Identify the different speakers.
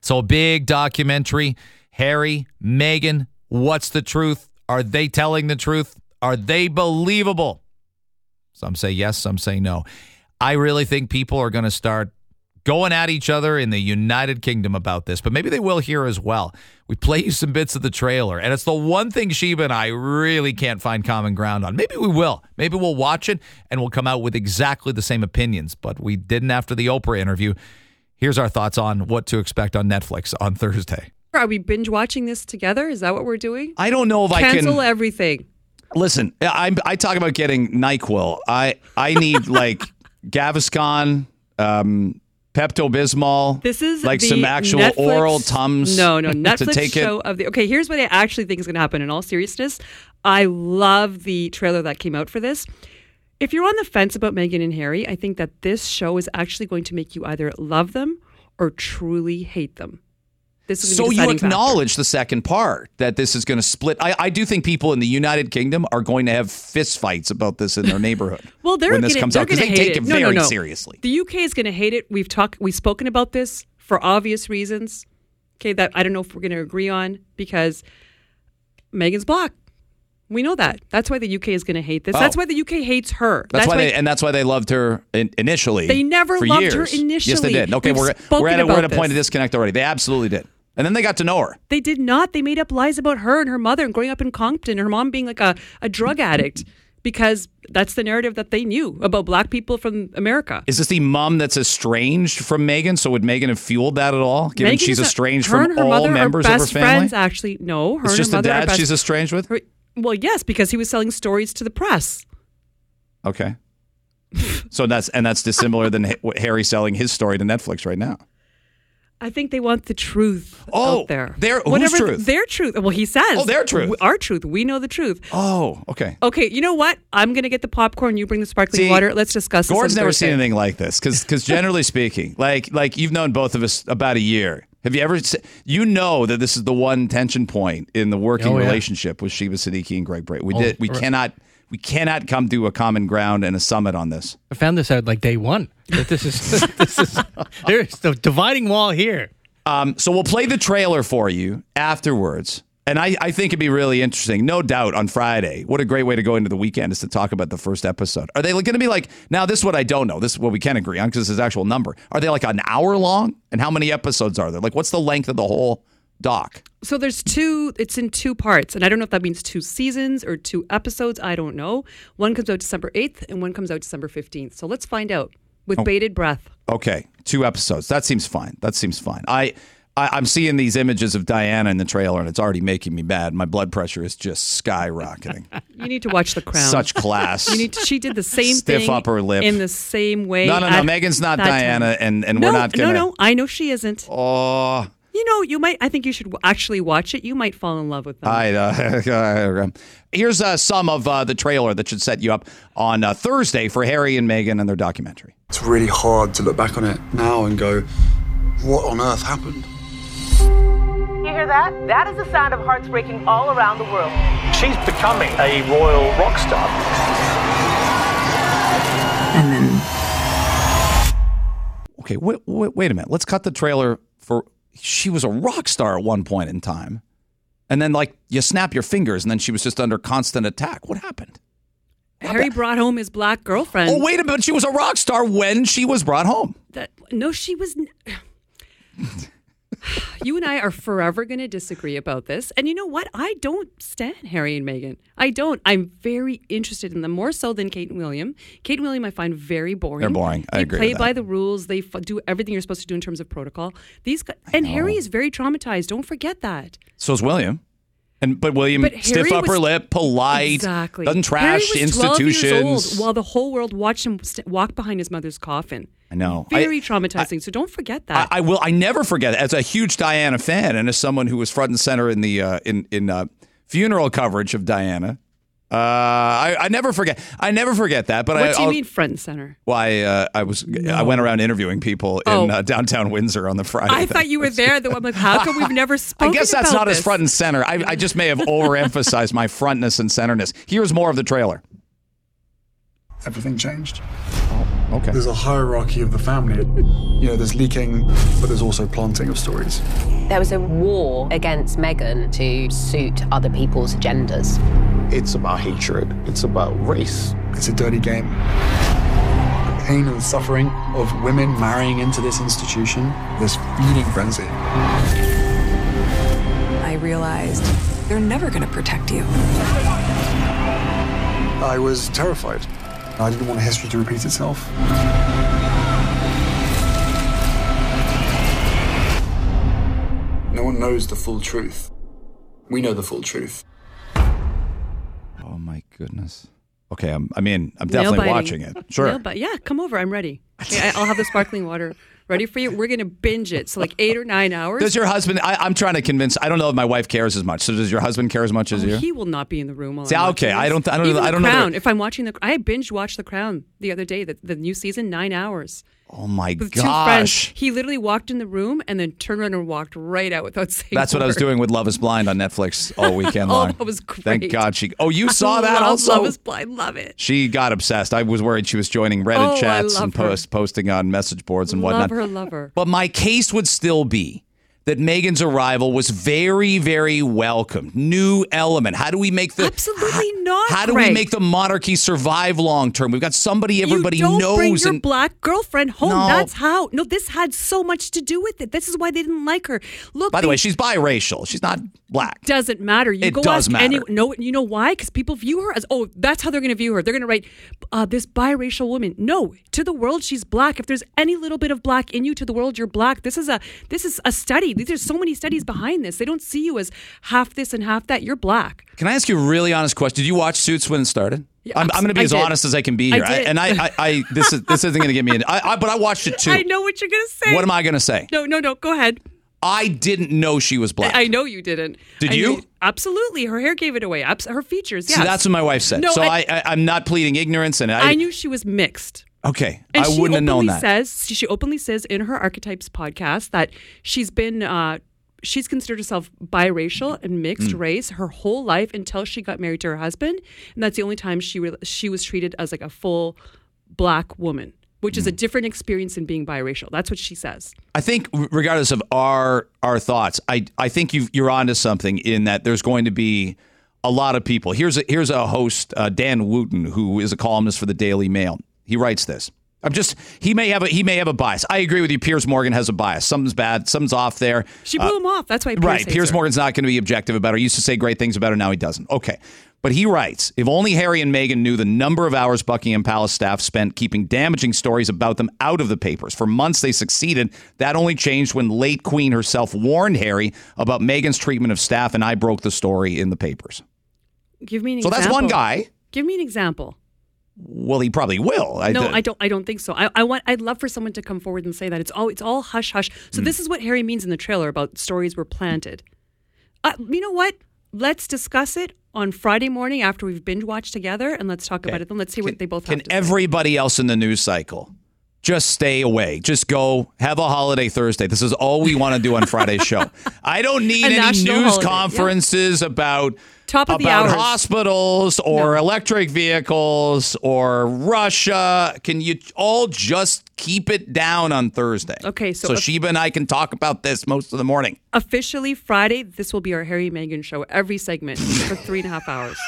Speaker 1: So, big documentary. Harry, Meghan, what's the truth? Are they telling the truth? Are they believable? Some say yes, some say no. I really think people are going to start going at each other in the United Kingdom about this, but maybe they will here as well. We play you some bits of the trailer, and it's the one thing Sheba and I really can't find common ground on. Maybe we will. Maybe we'll watch it and we'll come out with exactly the same opinions, but we didn't after the Oprah interview. Here's our thoughts on what to expect on Netflix on Thursday.
Speaker 2: Are we binge watching this together? Is that what we're doing?
Speaker 1: I don't know if
Speaker 2: Cancel
Speaker 1: I can
Speaker 2: everything.
Speaker 3: Listen, I, I talk about getting Nyquil. I I need like Gaviscon, um, Pepto Bismol.
Speaker 2: This is
Speaker 3: like
Speaker 2: the
Speaker 3: some actual
Speaker 2: Netflix-
Speaker 3: oral tums.
Speaker 2: No, no,
Speaker 3: to
Speaker 2: Netflix
Speaker 3: take
Speaker 2: show
Speaker 3: it.
Speaker 2: of the. Okay, here's what I actually think is going to happen. In all seriousness, I love the trailer that came out for this. If you're on the fence about Meghan and Harry, I think that this show is actually going to make you either love them or truly hate them. This is
Speaker 3: So
Speaker 2: gonna be the
Speaker 3: you
Speaker 2: deciding factor.
Speaker 3: acknowledge the second part that this is going to split. I, I do think people in the United Kingdom are going to have fist fights about this in their neighborhood.
Speaker 2: Well, they're
Speaker 3: when
Speaker 2: gonna,
Speaker 3: this comes
Speaker 2: they're
Speaker 3: out because
Speaker 2: gonna
Speaker 3: they
Speaker 2: hate
Speaker 3: take it,
Speaker 2: No,
Speaker 3: very
Speaker 2: no, no.
Speaker 3: seriously.
Speaker 2: The UK is going to hate it. We've talked. We've spoken about this for obvious reasons. Okay, that I don't know if we're going to agree on because Megan's black. We know that. That's why the UK is going to hate this.
Speaker 3: Oh.
Speaker 2: That's why the UK hates her.
Speaker 3: That's, why, they, and that's why they loved her in, initially.
Speaker 2: They never
Speaker 3: for
Speaker 2: loved her
Speaker 3: years. Yes,
Speaker 2: initially.
Speaker 3: they did. Okay,
Speaker 2: We've
Speaker 3: we're
Speaker 2: spoken
Speaker 3: we're at a, we're
Speaker 2: about
Speaker 3: at a point of
Speaker 2: this.
Speaker 3: disconnect already. They absolutely did, and then they got to know her.
Speaker 2: They did not. They made up lies about her and her mother and growing up in Compton and her mom being like a, a drug addict because that's the narrative that they knew about black people from America.
Speaker 3: Is this the mom that's estranged from Megan? So would Megan have fueled that at all? Given
Speaker 2: Megan
Speaker 3: she's
Speaker 2: is a-
Speaker 3: estranged
Speaker 2: her
Speaker 3: from
Speaker 2: and her
Speaker 3: all
Speaker 2: mother
Speaker 3: members
Speaker 2: are
Speaker 3: of
Speaker 2: best
Speaker 3: her family.
Speaker 2: Friends, actually, no. Her
Speaker 3: it's
Speaker 2: and
Speaker 3: just
Speaker 2: her
Speaker 3: the
Speaker 2: mother are
Speaker 3: dad
Speaker 2: best
Speaker 3: she's estranged with.
Speaker 2: Her- Well, yes, because he was selling stories to the press.
Speaker 3: Okay. so that's and that's dissimilar than Ha- what Harry selling his story to Netflix right now.
Speaker 2: I think they want the truth
Speaker 3: Oh,
Speaker 2: out there.
Speaker 3: their- whose
Speaker 2: Whatever th-
Speaker 3: truth?
Speaker 2: their truth. Well, he says.
Speaker 3: Oh, their truth.
Speaker 2: W- Our truth. We know the truth.
Speaker 3: Oh, okay.
Speaker 2: Okay, you know what? I'm gonna get the popcorn. You bring the sparkling
Speaker 3: See,
Speaker 2: water. Let's discuss.
Speaker 3: Gordon's
Speaker 2: this on
Speaker 3: never
Speaker 2: Thursday.
Speaker 3: seen anything like this because generally speaking, like like you've known both of us about a year. Have you ever? se- You know that this is the one tension point in the working
Speaker 1: Oh, yeah.
Speaker 3: relationship with Shiva Siddiqui and Greg Brady. We
Speaker 4: Oh,
Speaker 3: did. We
Speaker 4: right.
Speaker 3: cannot. We cannot come to a common ground and a summit on this.
Speaker 4: I found this out like day one. That this is this is there's the dividing wall here.
Speaker 3: Um, so we'll play the trailer for you afterwards. And I, I think it'd be really interesting, no doubt, on Friday. What a great way to go into the weekend is to talk about the first episode. Are they going to be like, now this is what I don't know. This is what we can agree on because this is actual number. Are they like an hour long? And how many episodes are there? Like, what's the length of the whole doc?
Speaker 2: So there's two. It's in two parts, and I don't know if that means two seasons or two episodes. I don't know. One comes out December 8th, and one comes out December 15th. So let's find out
Speaker 3: Oh.
Speaker 2: with bated breath.
Speaker 3: Okay, two episodes. That seems fine. That seems fine. I, I I'm seeing these images of Diana in the trailer, and it's already making me mad. My blood pressure is just skyrocketing.
Speaker 2: You need to watch The Crown.
Speaker 3: Such class.
Speaker 2: You need to- she did the same
Speaker 3: Stiff
Speaker 2: thing
Speaker 3: upper lip.
Speaker 2: in the same way.
Speaker 3: No, no, no.
Speaker 2: at
Speaker 3: Megan's not
Speaker 2: that time.
Speaker 3: Diana, and and
Speaker 2: no,
Speaker 3: we're not gonna.
Speaker 2: No, no, I know she isn't.
Speaker 3: Oh,
Speaker 2: You know, you might. I think you should w- actually watch it. You might fall in love with them.
Speaker 3: I. Uh, here's uh, some of uh, the trailer that should set you up on uh, Thursday for Harry and Meghan and their documentary.
Speaker 5: It's really hard to look back on it now and go, what on earth happened?
Speaker 6: You hear that? That is the sound of hearts breaking all around the world.
Speaker 7: She's becoming a royal rock star.
Speaker 8: And then
Speaker 3: Okay, wait, wait, wait a minute. Let's cut the trailer for. She was a rock star at one point in time, and then like you snap your fingers, and then she was just under constant attack. What happened?
Speaker 2: Harry brought home his black girlfriend.
Speaker 3: oh, wait a minute. She was a rock star when she was brought home.
Speaker 2: That- no, she was. N- you and I are forever going to disagree about this. And you know what? I don't stand Harry and Meghan. I don't. I'm very interested in them more so than Kate and William. Kate and William I find very boring.
Speaker 3: They're boring. I
Speaker 2: they
Speaker 3: agree
Speaker 2: play
Speaker 3: with
Speaker 2: by
Speaker 3: that.
Speaker 2: the rules. They f- do everything you're supposed to do in terms of protocol. These gu- and Harry is very traumatized. Don't forget that.
Speaker 3: So is William. And but William
Speaker 2: But
Speaker 3: Mm, stiff
Speaker 2: Harry
Speaker 3: upper
Speaker 2: was-
Speaker 3: lip, polite,
Speaker 2: exactly.
Speaker 3: doesn't trash
Speaker 2: Harry was 12 years
Speaker 3: institutions.
Speaker 2: old while the whole world watched him st- walk behind his mother's coffin.
Speaker 3: I know. I-
Speaker 2: Very traumatizing. so don't forget
Speaker 3: I,
Speaker 2: that.
Speaker 3: I will. I never forget. As a huge Diana fan, and as someone who was front and center in the uh, in in uh, funeral coverage of Diana, uh, I, I never forget. I never forget that. But I,
Speaker 2: what do you
Speaker 3: I'll-
Speaker 2: mean front and center?
Speaker 3: Why uh, I was I went around interviewing people in
Speaker 2: Oh.
Speaker 3: uh, downtown Windsor on the Friday.
Speaker 2: I
Speaker 3: thing.
Speaker 2: thought you were there. Though I'm like, how come we've never
Speaker 3: I
Speaker 2: spoken?
Speaker 3: guess that's
Speaker 2: about
Speaker 3: not as
Speaker 2: this?
Speaker 3: front and center. I, I just may have overemphasized my frontness and centerness. Here's more of the trailer.
Speaker 5: Everything changed.
Speaker 3: Okay.
Speaker 5: There's a hierarchy of the family. You know, there's leaking, but there's also planting of stories.
Speaker 8: There was a war against Meghan to suit other people's agendas.
Speaker 9: It's about hatred. It's about race.
Speaker 5: It's a dirty game. The pain and suffering of women marrying into this institution, this feeding frenzy.
Speaker 10: I realized they're never going to protect you.
Speaker 5: I was terrified. I didn't want history to repeat itself. No one knows the full truth. We know the full truth.
Speaker 3: Oh my goodness. Okay, I'm. I mean, I'm definitely
Speaker 2: biting.
Speaker 3: watching it. Sure.
Speaker 2: Nail bite. yeah, come over. I'm ready. Okay, I- I'll have the sparkling water ready for you. We're gonna binge it. So like eight or nine hours.
Speaker 3: Does your husband? I, I'm trying to convince. I don't know if my wife cares as much. So does your husband care as much as you?
Speaker 2: Oh, He will not be in the room. While
Speaker 3: See,
Speaker 2: I'm
Speaker 3: okay,
Speaker 2: watching
Speaker 3: I don't-
Speaker 2: this.
Speaker 3: I don't-
Speaker 2: Even
Speaker 3: I don't
Speaker 2: the
Speaker 3: know that-
Speaker 2: Crown. If I'm watching the, I binge watched the Crown the other day, the, the new season, nine hours
Speaker 3: oh my
Speaker 2: with two friends.
Speaker 3: gosh.
Speaker 2: He literally walked in the room and then turned around and walked right out without saying.
Speaker 3: That's what I was
Speaker 2: a word.
Speaker 3: doing with Love Is Blind on Netflix all weekend
Speaker 2: Oh,
Speaker 3: long.
Speaker 2: that was
Speaker 3: Thank
Speaker 2: great.
Speaker 3: God she. Oh, you saw that
Speaker 2: love,
Speaker 3: also.
Speaker 2: Love is blind. Love it.
Speaker 3: she got obsessed. I was worried she was joining
Speaker 2: Oh,
Speaker 3: Reddit
Speaker 2: I
Speaker 3: chats
Speaker 2: love
Speaker 3: and
Speaker 2: her.
Speaker 3: post, posting on message boards and whatnot.
Speaker 2: Love her, love her.
Speaker 3: But my case would still be that Megan's arrival was very, very welcomed. New element. How do we make the
Speaker 2: Absolutely not.
Speaker 3: How do we
Speaker 2: Greg.
Speaker 3: make the monarchy survive long term? We've got somebody everybody
Speaker 2: you don't
Speaker 3: knows
Speaker 2: bring your
Speaker 3: and
Speaker 2: black girlfriend home.
Speaker 3: No.
Speaker 2: That's how. No, this had so much to do with it. This is why they didn't like her. Look,
Speaker 3: by the
Speaker 2: they-
Speaker 3: way, she's biracial. She's not black.
Speaker 2: doesn't matter. You
Speaker 3: It
Speaker 2: go
Speaker 3: does
Speaker 2: ask any.
Speaker 3: matter.
Speaker 2: No, you know why? Because people view her as oh, that's how they're going to view her. They're going to write uh, this biracial woman. No, to the world she's black. If there's any little bit of black in you, to the world you're black. This is a this is a study. There's so many studies behind this. They don't see you as half this and half that. You're black.
Speaker 3: Can I ask you a really honest question? Did you watch Suits when it started?
Speaker 2: Yeah,
Speaker 3: I'm, I'm going to be
Speaker 2: I
Speaker 3: as
Speaker 2: did.
Speaker 3: honest as I can be
Speaker 2: I
Speaker 3: here,
Speaker 2: did.
Speaker 3: and I, I, I this is this isn't going to get me. In, I, I, but I watched it too.
Speaker 2: I know what you're going to say.
Speaker 3: What am I going to say?
Speaker 2: No, no, no. Go ahead.
Speaker 3: I didn't know she was black.
Speaker 2: I I know you didn't.
Speaker 3: Did
Speaker 2: I
Speaker 3: you?
Speaker 2: knew- absolutely. Her hair gave it away. Abs- her features. Yeah.
Speaker 3: So that's what my wife said.
Speaker 2: No,
Speaker 3: so I,
Speaker 2: I-
Speaker 3: I, I'm not pleading ignorance, and I,
Speaker 2: I knew she was mixed.
Speaker 3: okay,
Speaker 2: And
Speaker 3: I
Speaker 2: she
Speaker 3: wouldn't have known
Speaker 2: openly
Speaker 3: that.
Speaker 2: Says she openly says in her archetypes podcast that she's been uh, she's considered herself biracial and mixed
Speaker 3: Mm.
Speaker 2: race her whole life until she got married to her husband, and that's the only time she re- she was treated as like a full black woman, which is a
Speaker 3: Mm.
Speaker 2: different experience than being biracial. That's what she says.
Speaker 3: I think, r- regardless of our our thoughts, I I think you you're onto something in that there's going to be a lot of people. Here's a, here's a host, uh, Dan Wooten, who is a columnist for the Daily Mail. He writes this. I'm just he may have a he may have a bias. I agree with you. Piers Morgan has a bias. Something's bad. Something's off there.
Speaker 2: She
Speaker 3: Uh,
Speaker 2: blew him off. That's why Pierce
Speaker 3: Right.
Speaker 2: hates
Speaker 3: Piers
Speaker 2: her.
Speaker 3: Morgan's not going to be objective about her. He used to say great things about her. Now he doesn't. Okay. But he writes If only Harry and Meghan knew the number of hours Buckingham Palace staff spent keeping damaging stories about them out of the papers. For months, they succeeded. That only changed when late Queen herself warned Harry about Meghan's treatment of staff, and I broke the story in the papers.
Speaker 2: Give me an
Speaker 3: So
Speaker 2: example.
Speaker 3: that's one guy.
Speaker 2: Give me an example.
Speaker 3: Well, he probably will.
Speaker 2: no, I don't. I don't think so. I, I want. I'd love for someone to come forward and say that it's all. It's all hush hush. So
Speaker 3: Mm.
Speaker 2: this is what Harry means in the trailer about stories were planted. Uh, you know what? Let's discuss it on Friday morning after we've binge watched together, and let's talk about it. Then let's see what they both
Speaker 3: Can
Speaker 2: have to say.
Speaker 3: everybody else in the news cycle just stay away? Just go have a holiday Thursday. This is all we want to do on Friday's show. I don't need
Speaker 2: A
Speaker 3: any
Speaker 2: national
Speaker 3: news
Speaker 2: holiday, yeah.
Speaker 3: conferences about
Speaker 2: Top of the
Speaker 3: about
Speaker 2: hours.
Speaker 3: hospitals or electric vehicles or Russia. Can you all just keep it down on Thursday?
Speaker 2: Okay, so
Speaker 3: so
Speaker 2: if-
Speaker 3: Sheba and I can talk about this most of the morning.
Speaker 2: Officially Friday, this will be our Harry Megan show. Every segment for three and a half hours.